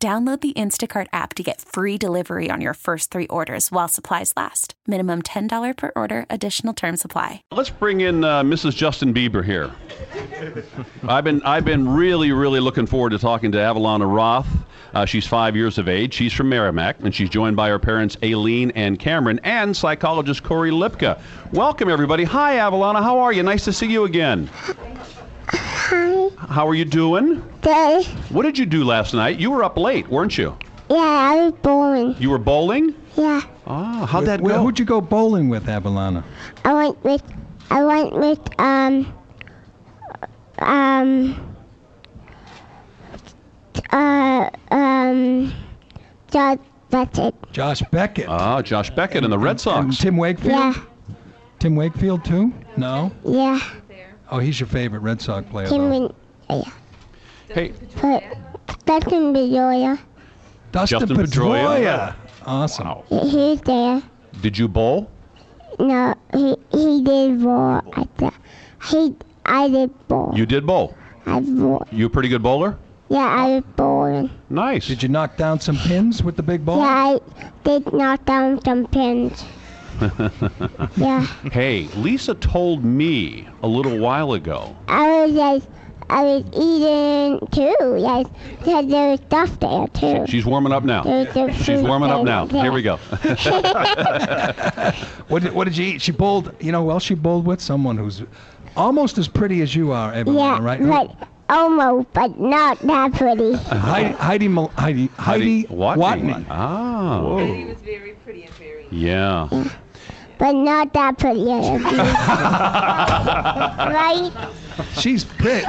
Download the Instacart app to get free delivery on your first three orders while supplies last. Minimum $10 per order, additional term supply. Let's bring in uh, Mrs. Justin Bieber here. I've been I've been really really looking forward to talking to Avalana Roth. Uh, she's five years of age. She's from Merrimack, and she's joined by her parents Aileen and Cameron, and psychologist Corey Lipka. Welcome everybody. Hi Avalana, how are you? Nice to see you again. Hi, How are you doing? Dave. What did you do last night? You were up late, weren't you? Yeah, I was boring. You were bowling. Yeah, Ah, how'd that Well, go? Oh, who'd you go bowling with, Avalana? I went with, I went with, um, um, uh, um, that, that's it. Josh Beckett. Ah, Josh Beckett and the Red and Sox. Tim Wakefield? Yeah, Tim Wakefield, too? No? yeah, Oh, he's your favorite Red Sox player, him though. and, yeah, Hey, but that can be Yoya. Dustin, Justin Pedroia. Pedroia. Awesome. He- He's there. did you bowl? No, he, he did ball at the, he, I did ball. You did bowl. I ball. You a pretty good bowler? Yeah, I was boring. Nice. Did you knock down some pins with the big ball? Yeah, I did knock down some pins. yeah, Hey, Lisa told me a little while ago. I was like, I was eating too. Yes, because there was stuff there too. She's warming up now. There was She's warming up now. Yeah. Here we go. What did, what did you eat? She bowled, you know, well, she bowled with someone who's almost as pretty as you are, Avalana, Yeah, right? but almost, but not that pretty. Heidi, Heidi, Mal- Heidi, Heidi, Watney. Ah. He was very pretty and very. Yeah. but not that pretty. I agree. right? She's pretty.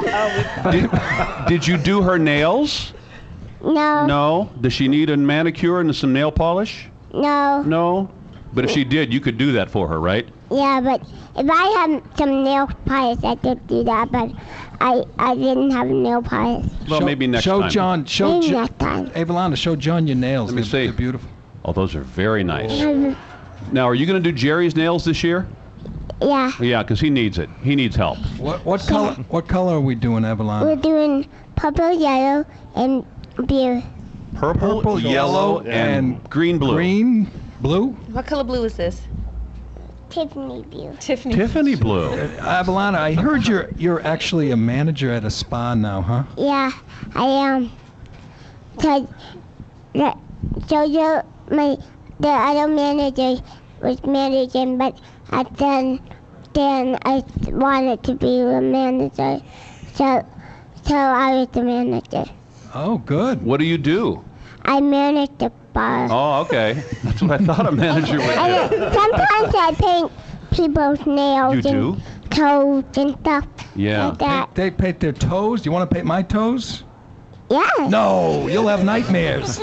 Did, did you do her nails? No, no, No. Does she need a manicure and some nail polish? no. No. But if she did, you could do that for her, right? Yeah, but if I had some nail polish, I could do that. But I, I didn't have nail polish. Well, Show- maybe next show time. John, show Maybe Jo- next time. Avalana, show John your nails. Let me they're, see. they're beautiful. Oh, those are very nice. Now, are you going to do Jerry's nails this year? Yeah. Yeah, because he needs it. He needs help. What, what color? What color are we doing, Avalon? We're doing purple, yellow, and blue. Purple, yellow, and, green blue. Green, blue. What color blue is this? Tiffany blue. Tiffany. Tiffany blue. Avalon, I heard you're you're actually a manager at a spa now, huh? Yeah, I am. Cause the Jojo, my the other manager was managing, but I then then I wanted to be the manager, so so I was the manager. Oh, good. What do you do? I managed the bar. Oh, okay. That's what I thought a manager would And then sometimes I paint people's nails You do? and toes and stuff do. Yeah. like that. They paint their toes. Do you want to paint my toes? Yeah. No, you'll have nightmares.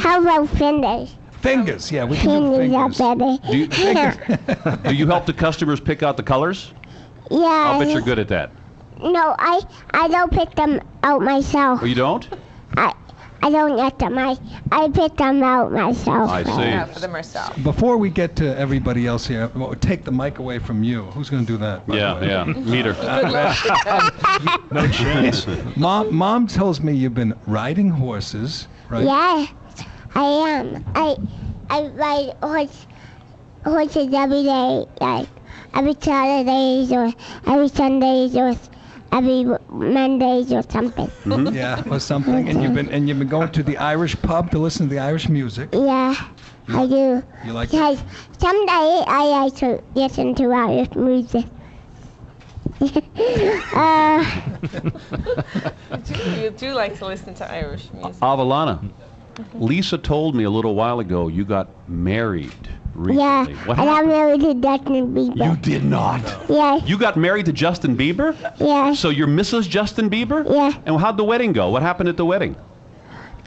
How about fingers? fingers. Yeah, we can do Fingers are fingers. better. Do you, Yeah. do you help the customers pick out the colors? I'll bet you're good at that. No, I I don't pick them out myself. Oh, you don't? I I don't get them. I I pick them out myself. I No, see. for them herself. Before we get to everybody else here, well, take the mic away from you. Who's going to do that? by the Yeah, way? yeah. Meter. Mom, mom tells me you've been riding horses, right? Yeah, I am. I I ride horse horses every day, like every Saturdays or every Sundays or every Mondays or something. Hmm? Yeah, or something. And you've been and you've been going to the Irish pub to listen to the Irish music. Yeah, I do. You like that? Because someday I like to listen to Irish music. uh, You do like to listen to Irish music. Avalana, Lisa told me a little while ago you got married yeah, recently. What and happened? I'm married to Justin Bieber. did not. Yeah, You got married to Justin Bieber? yeah. So you're Mrs. Justin Bieber? Yeah. And how'd the wedding go? What happened at the wedding?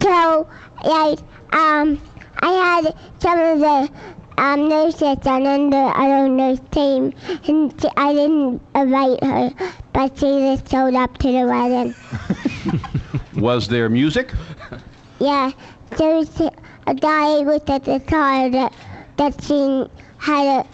So, like, um, I had some of the um, nurses on in the other nurse team, and she- I didn't invite her, but she just showed up to the wedding. Was there music? Yeah, there was a guy with a guitar that, that she had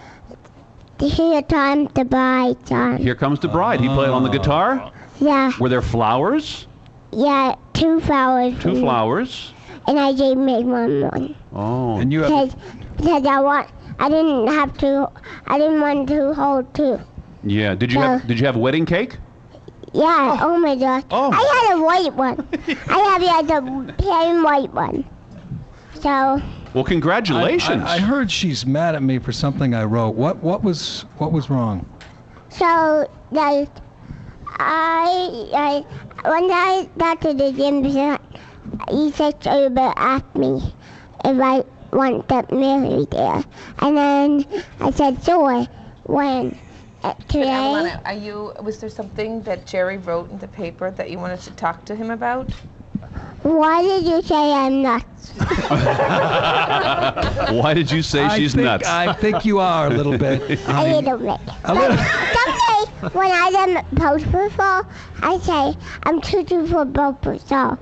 a, he had time to buy time. Here comes the bride. He played on the guitar. Yeah, Were there flowers? yeah, two flowers. Two flowers. And I gave me one one. Oh. And you Because, have because I want, I didn't have to, I didn't want to hold two. yeah. Did you have Yeah. Did you have wedding cake? Yeah, oh, my gosh. Oh. I had a white one. I have a plain white one. So, Well, congratulations. I, I heard she's mad at me for something I wrote. What what was what was wrong? So like I, I when I got to the gym, he said Uber asked me if I want to marry there, and then I said sure. When Uh, today? Avalana, are you? Was there something that Jerry wrote in the paper that you wanted to talk to him about? Why did you say I'm nuts? Why did you say I she's think, nuts? I think you are a little bit. Um, A honey. little bit. A little- Someday when I am post football, I say I'm choosing for both football.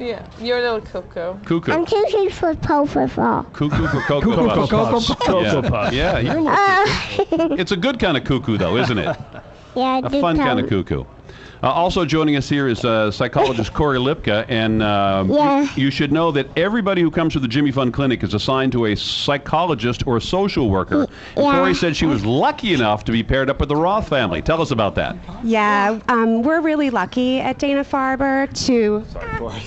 Yeah, you're a little cuckoo. Cuckoo. I'm choosing for both football. Cuckoo for Cocoa Cuckoo for Puffs. Cocoa Yeah. Puffs. Cocoa Puffs. Yeah, you're a little- Uh, it's a good kind of cuckoo, though, isn't it? yeah, A fun kind of cuckoo. Uh, also joining us here is uh, psychologist Corey Lipka, and um, Yeah. you, you should know that everybody who comes to the Jimmy Fund Clinic is assigned to a psychologist or social worker. And Yeah. Corey said she was lucky enough to be paired up with the Roth family. Tell us about that. Yeah, um, we're really lucky at Dana Farber to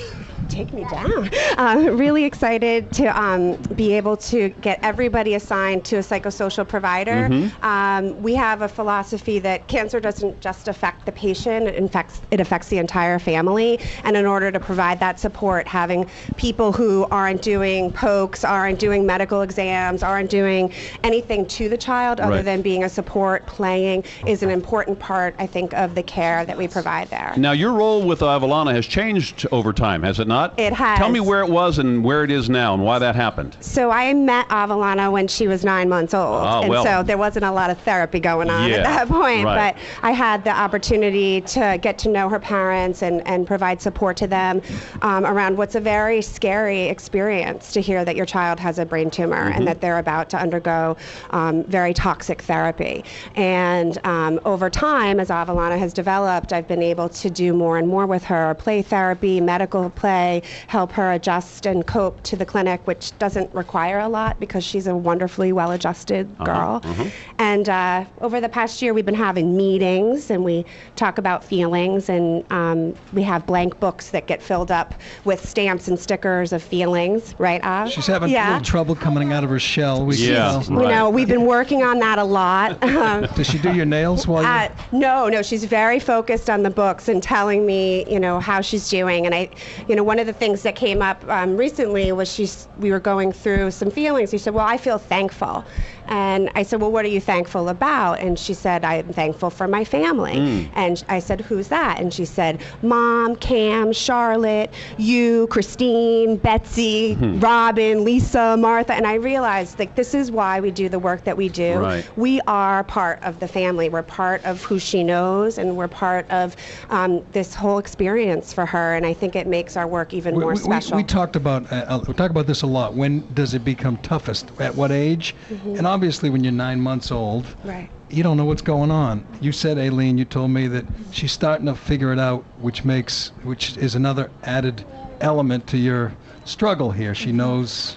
take me down. Uh, really excited to um, be able to get everybody assigned to a psychosocial provider. Mm-hmm. Um, we have a philosophy that cancer doesn't just affect the patient; it affects it affects the entire family. And in order to provide that support, having people who aren't doing pokes, aren't doing medical exams, aren't doing anything to the child other Right. than being a support, playing is an important part, I think, of the care that we provide there. Now, your role with Avalana has changed over time, has it not? It has. Tell me where it was and where it is now and why that happened. So I met Avalana when she was nine months old, Ah, and well. so there wasn't a lot of therapy going on Yeah, at that point. right. But I had the opportunity to get to know her parents and, and provide support to them um, around what's a very scary experience to hear that your child has a brain tumor and that they're about to undergo um, very toxic therapy. And um, over time, as Avalana has developed, I've been able to do more and more with her play therapy, medical play, help her adjust and cope to the clinic, which doesn't require a lot because she's a wonderfully well adjusted girl. Mm-hmm. And uh, over the past year, we've been having meetings and we talk about feelings, and um, we have blank books that get filled up with stamps and stickers of feelings, right, Av? She's having a yeah. little trouble coming out of her shell. We can Yeah. tell. You know, Right. we've been working on that a lot. Um, Does she do your nails while Uh, you? no, no, she's very focused on the books and telling me, you know, how she's doing. And I, you know, one of the things that came up um, recently was she's, we were going through some feelings. She said, well, I feel thankful. And I said, well, what are you thankful about? And she said, I'm thankful for my family. And I said, who's that? And she said, Mom, Cam, Charlotte, you, Christine, Betsy, Robin, Lisa, Martha. And I realized, like, this is why we do the work that we do Right. we are part of the family. We're part of who she knows, and we're part of um, this whole experience for her. And I think it makes our work even more we, special. we talked about uh, uh, we talk about this a lot. When does it become toughest? At what age? Mm-hmm. And obviously, when you're nine months old, Right. you don't know what's going on. You said, Aileen, you told me that she's starting to figure it out, which makes which is another added element to your struggle here. Mm-hmm. She knows.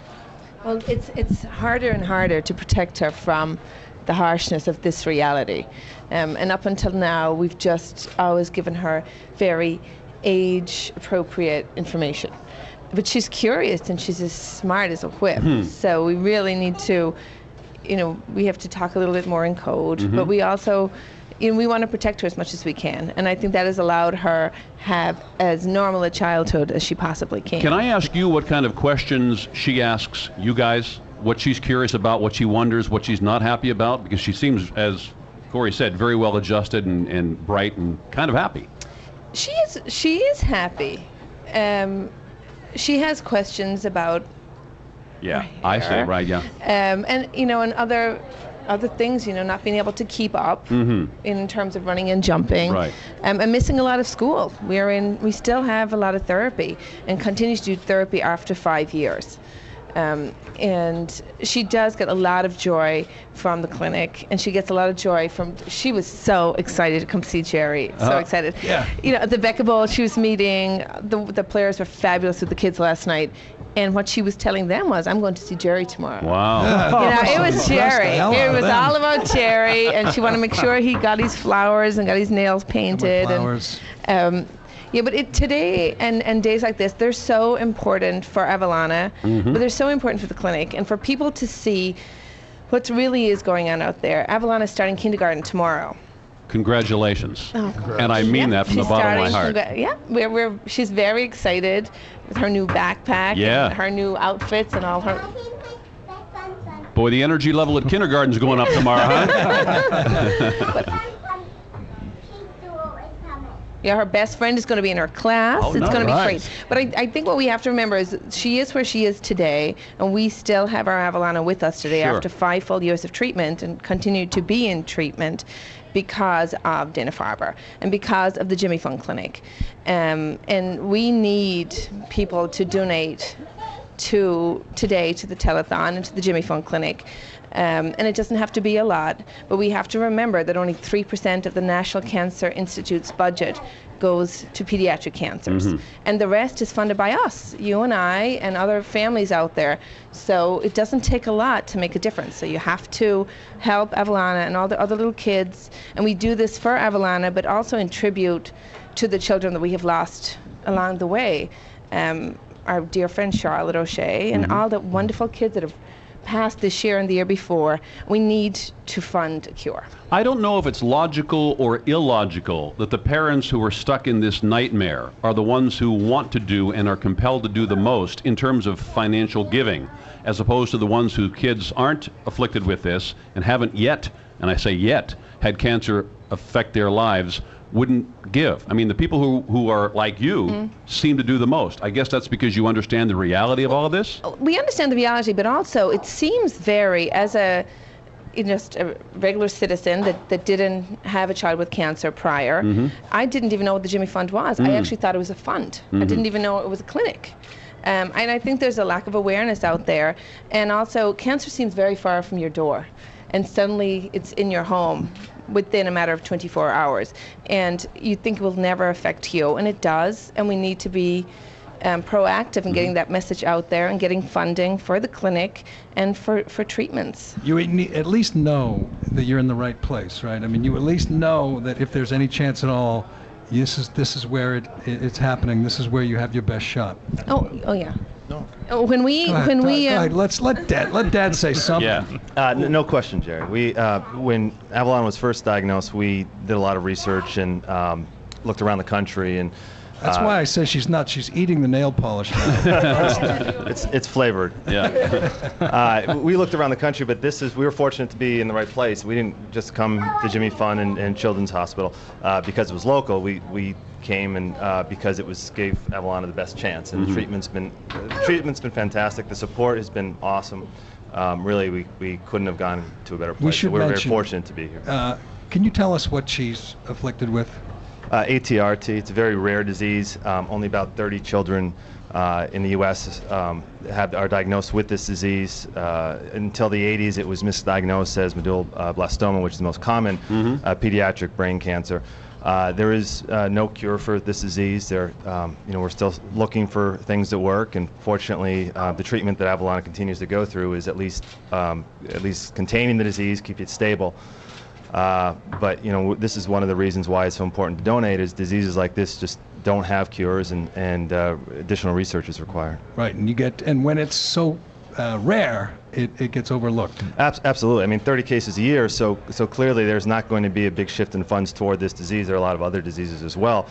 Well, it's it's harder and harder to protect her from the harshness of this reality, um, and up until now, we've just always given her very age-appropriate information. But she's curious and she's as smart as a whip. So we really need to, you know, we have to talk a little bit more in code. But we also, you know, we want to protect her as much as we can, and I think that has allowed her have as normal a childhood as she possibly can. Can I ask you what kind of questions she asks you guys? What she's curious about, what she wonders, what she's not happy about? Because she seems, as Corey said, very well adjusted and, and bright and kind of happy. She is. She is happy. Um, she has questions about Yeah, I see. here. Right. Yeah. um, and you know, and other other things, you know, not being able to keep up in terms of running and jumping, Mm-hmm. Right. um, and missing a lot of school. We are in, we still have a lot of therapy, and continue to do therapy after five years. Um, and she does get a lot of joy from the clinic, and she gets a lot of joy from. She was so excited to come see Jerry, so Uh, excited. yeah. You know, at the Becca Bowl, she was meeting the the players were fabulous with the kids last night, and what she was telling them was, "I'm going to see Jerry tomorrow." Wow. You know, it was She impressed Jerry. the oh, hell out It of was them. all about Jerry, and she wanted to make sure he got his flowers and got his nails painted. flowers. And, um, yeah, but it, today and, and days like this, they're so important for Avalana, Mm-hmm. but they're so important for the clinic and for people to see what really is going on out there. Avalana is starting kindergarten tomorrow. Congratulations. And I mean Yeah, that from the she's bottom of my heart. starting- congra- yeah, we're, we're, she's very excited with her new backpack Yeah. and her new outfits and all her. Boy, the energy level at kindergarten's going up tomorrow, huh? Yeah, her best friend is going to be in her class. Oh, it's no, going to right. be great. But I, I think what we have to remember is she is where she is today, and we still have our Avalana with us today Sure. after five full years of treatment and continue to be in treatment because of Dana Farber and because of the Jimmy Fund Clinic. Um, and we need people to donate to today to the telethon and to the Jimmy Fund Clinic. Um, and it doesn't have to be a lot, but we have to remember that only 3% of the National Cancer Institute's budget goes to pediatric cancers. And the rest is funded by us, you and I, and other families out there. So it doesn't take a lot to make a difference. So you have to help Avalana and all the other little kids. And we do this for Avalana, but also in tribute to the children that we have lost along the way. Um, our dear friend Charlotte O'Shea and all the wonderful kids that have passed this year and the year before. We need to fund a cure. I don't know if it's logical or illogical that the parents who are stuck in this nightmare are the ones who want to do and are compelled to do the most in terms of financial giving, as opposed to the ones whose kids aren't afflicted with this and haven't yet, and I say yet, had cancer affect their lives, wouldn't give. I mean, the people who, who are like you seem to do the most. I guess that's because you understand the reality of all of this. we understand the reality, but also it seems very as a you know, just a regular citizen that, that didn't have a child with cancer prior. I didn't even know what the Jimmy Fund was. I actually thought it was a fund. I didn't even know it was a clinic. Um, and I think there's a lack of awareness out there. And also, cancer seems very far from your door. And suddenly it's in your home within a matter of 24 hours. And you think it will never affect you. And it does. And we need to be um, proactive in getting that message out there and getting funding for the clinic and for, for treatments. You at ne- at least know that you're in the right place, right? I mean, you at least know that if there's any chance at all, this is this is where it, it it's happening. This is where you have your best shot. Oh, oh yeah. No. When we, when Go we, ahead, go ahead. um, let's let dad let dad say something. Yeah. Uh, n- no question, Jerry. We uh, when Avalon was first diagnosed, we did a lot of research and um, looked around the country, and That's uh, why I say she's not. She's eating the nail polish. Now. it's it's flavored. Yeah. Uh, we looked around the country, but this is we were fortunate to be in the right place. We didn't just come to Jimmy Fund and, and Children's Hospital uh, because it was local. We we came and uh, because it was gave Avalon the best chance, and the treatment's been the treatment's been fantastic. The support has been awesome. Um, really, we, we couldn't have gone to a better place. should so we're mention- very fortunate to be here. uh, can you tell us what she's afflicted with? Uh, ATRT, it's a very rare disease. Um, only about 30 children uh, in the U.S. Um, have, are diagnosed with this disease. Uh, until the 80s, it was misdiagnosed as medulloblastoma, which is the most common uh, pediatric brain cancer. Uh, there is uh, no cure for this disease. There, um, you know, we're still looking for things that work, and fortunately, uh, the treatment that Avalon continues to go through is at least um, at least containing the disease, keep it stable. Uh, but you know, this is one of the reasons why it's so important to donate. Is diseases like this just don't have cures, and and uh, additional research is required. Right, and you get and when it's so uh, rare, it, it gets overlooked. Abs- absolutely. I mean, 30 cases a year. So so clearly, there's not going to be a big shift in funds toward this disease. There are a lot of other diseases as well.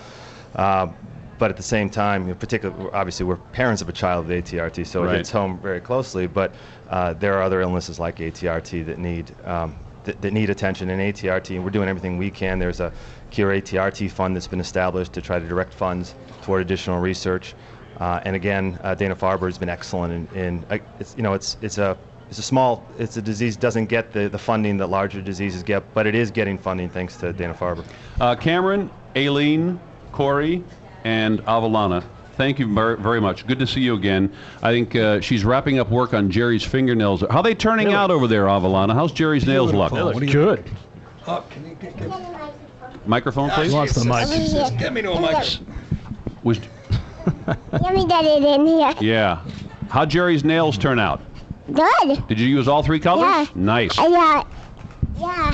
Uh, but at the same time, you know, particularly, obviously, we're parents of a child with ATRT, so Right. it hits home very closely. But uh, there are other illnesses like ATRT that need um, that, that need attention. And ATRT, we're doing everything we can. There's a Cure ATRT fund that's been established to try to direct funds toward additional research. Uh, and again, uh, Dana Farber has been excellent. In, in uh, it's, you know, it's it's a it's a small it's a disease doesn't get the, the funding that larger diseases get, but it is getting funding thanks to Dana Farber. Uh, Cameron, Aileen, Corey, and Avalana. Thank you ver- very much. Good to see you again. I think uh, she's wrapping up work on Jerry's fingernails. How are they turning out over there, Avalana? How's Jerry's nails look? Beautiful. What do you- Good. Oh, can you get, get, Microphone, please. He wants the mic. Get get me to a mic? Was, me that it in here. yeah. How Jerry's nails turn out? Good. Did you use all three colors? Yeah. Nice. I got, yeah,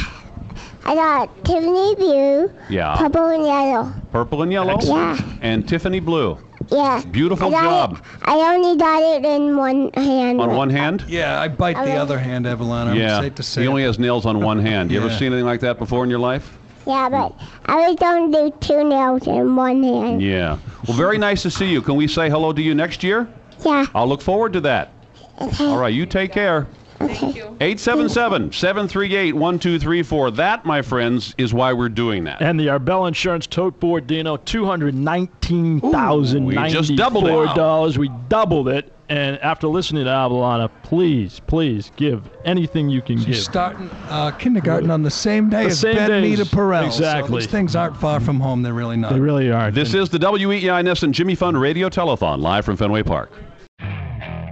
I got Tiffany blue, Yeah. purple and yellow. Purple and yellow. Yeah, And Tiffany blue. yeah. Beautiful I got job. It, I only got it in one hand. On one hand? Yeah, I bite the other hand, Evelyn. yeah. I'm safe to say. he only has nails on one hand. You ever Yeah. seen anything like that before in your life? Yeah, but I was going to do two nails in one hand. Yeah. Well, very nice to see you. Can we say hello to you next year? Yeah. I'll look forward to that. Okay. All right, you take care. Thank you. 877 738 1234. That, my friends, is why we're doing that. And the Arbella Insurance Tote Board, Dino, two hundred nineteen thousand Ooh, we just doubled it. ninety-four dollars. We doubled it. And after listening to Avalana, please, please give anything you can She's give. starting uh, kindergarten on the same day as same Ben day Nita as- Perel. So exactly. these things aren't far from home. They're really not. They really are. This is the E WEINS and Jimmy Fund Radio Telethon live from Fenway Park.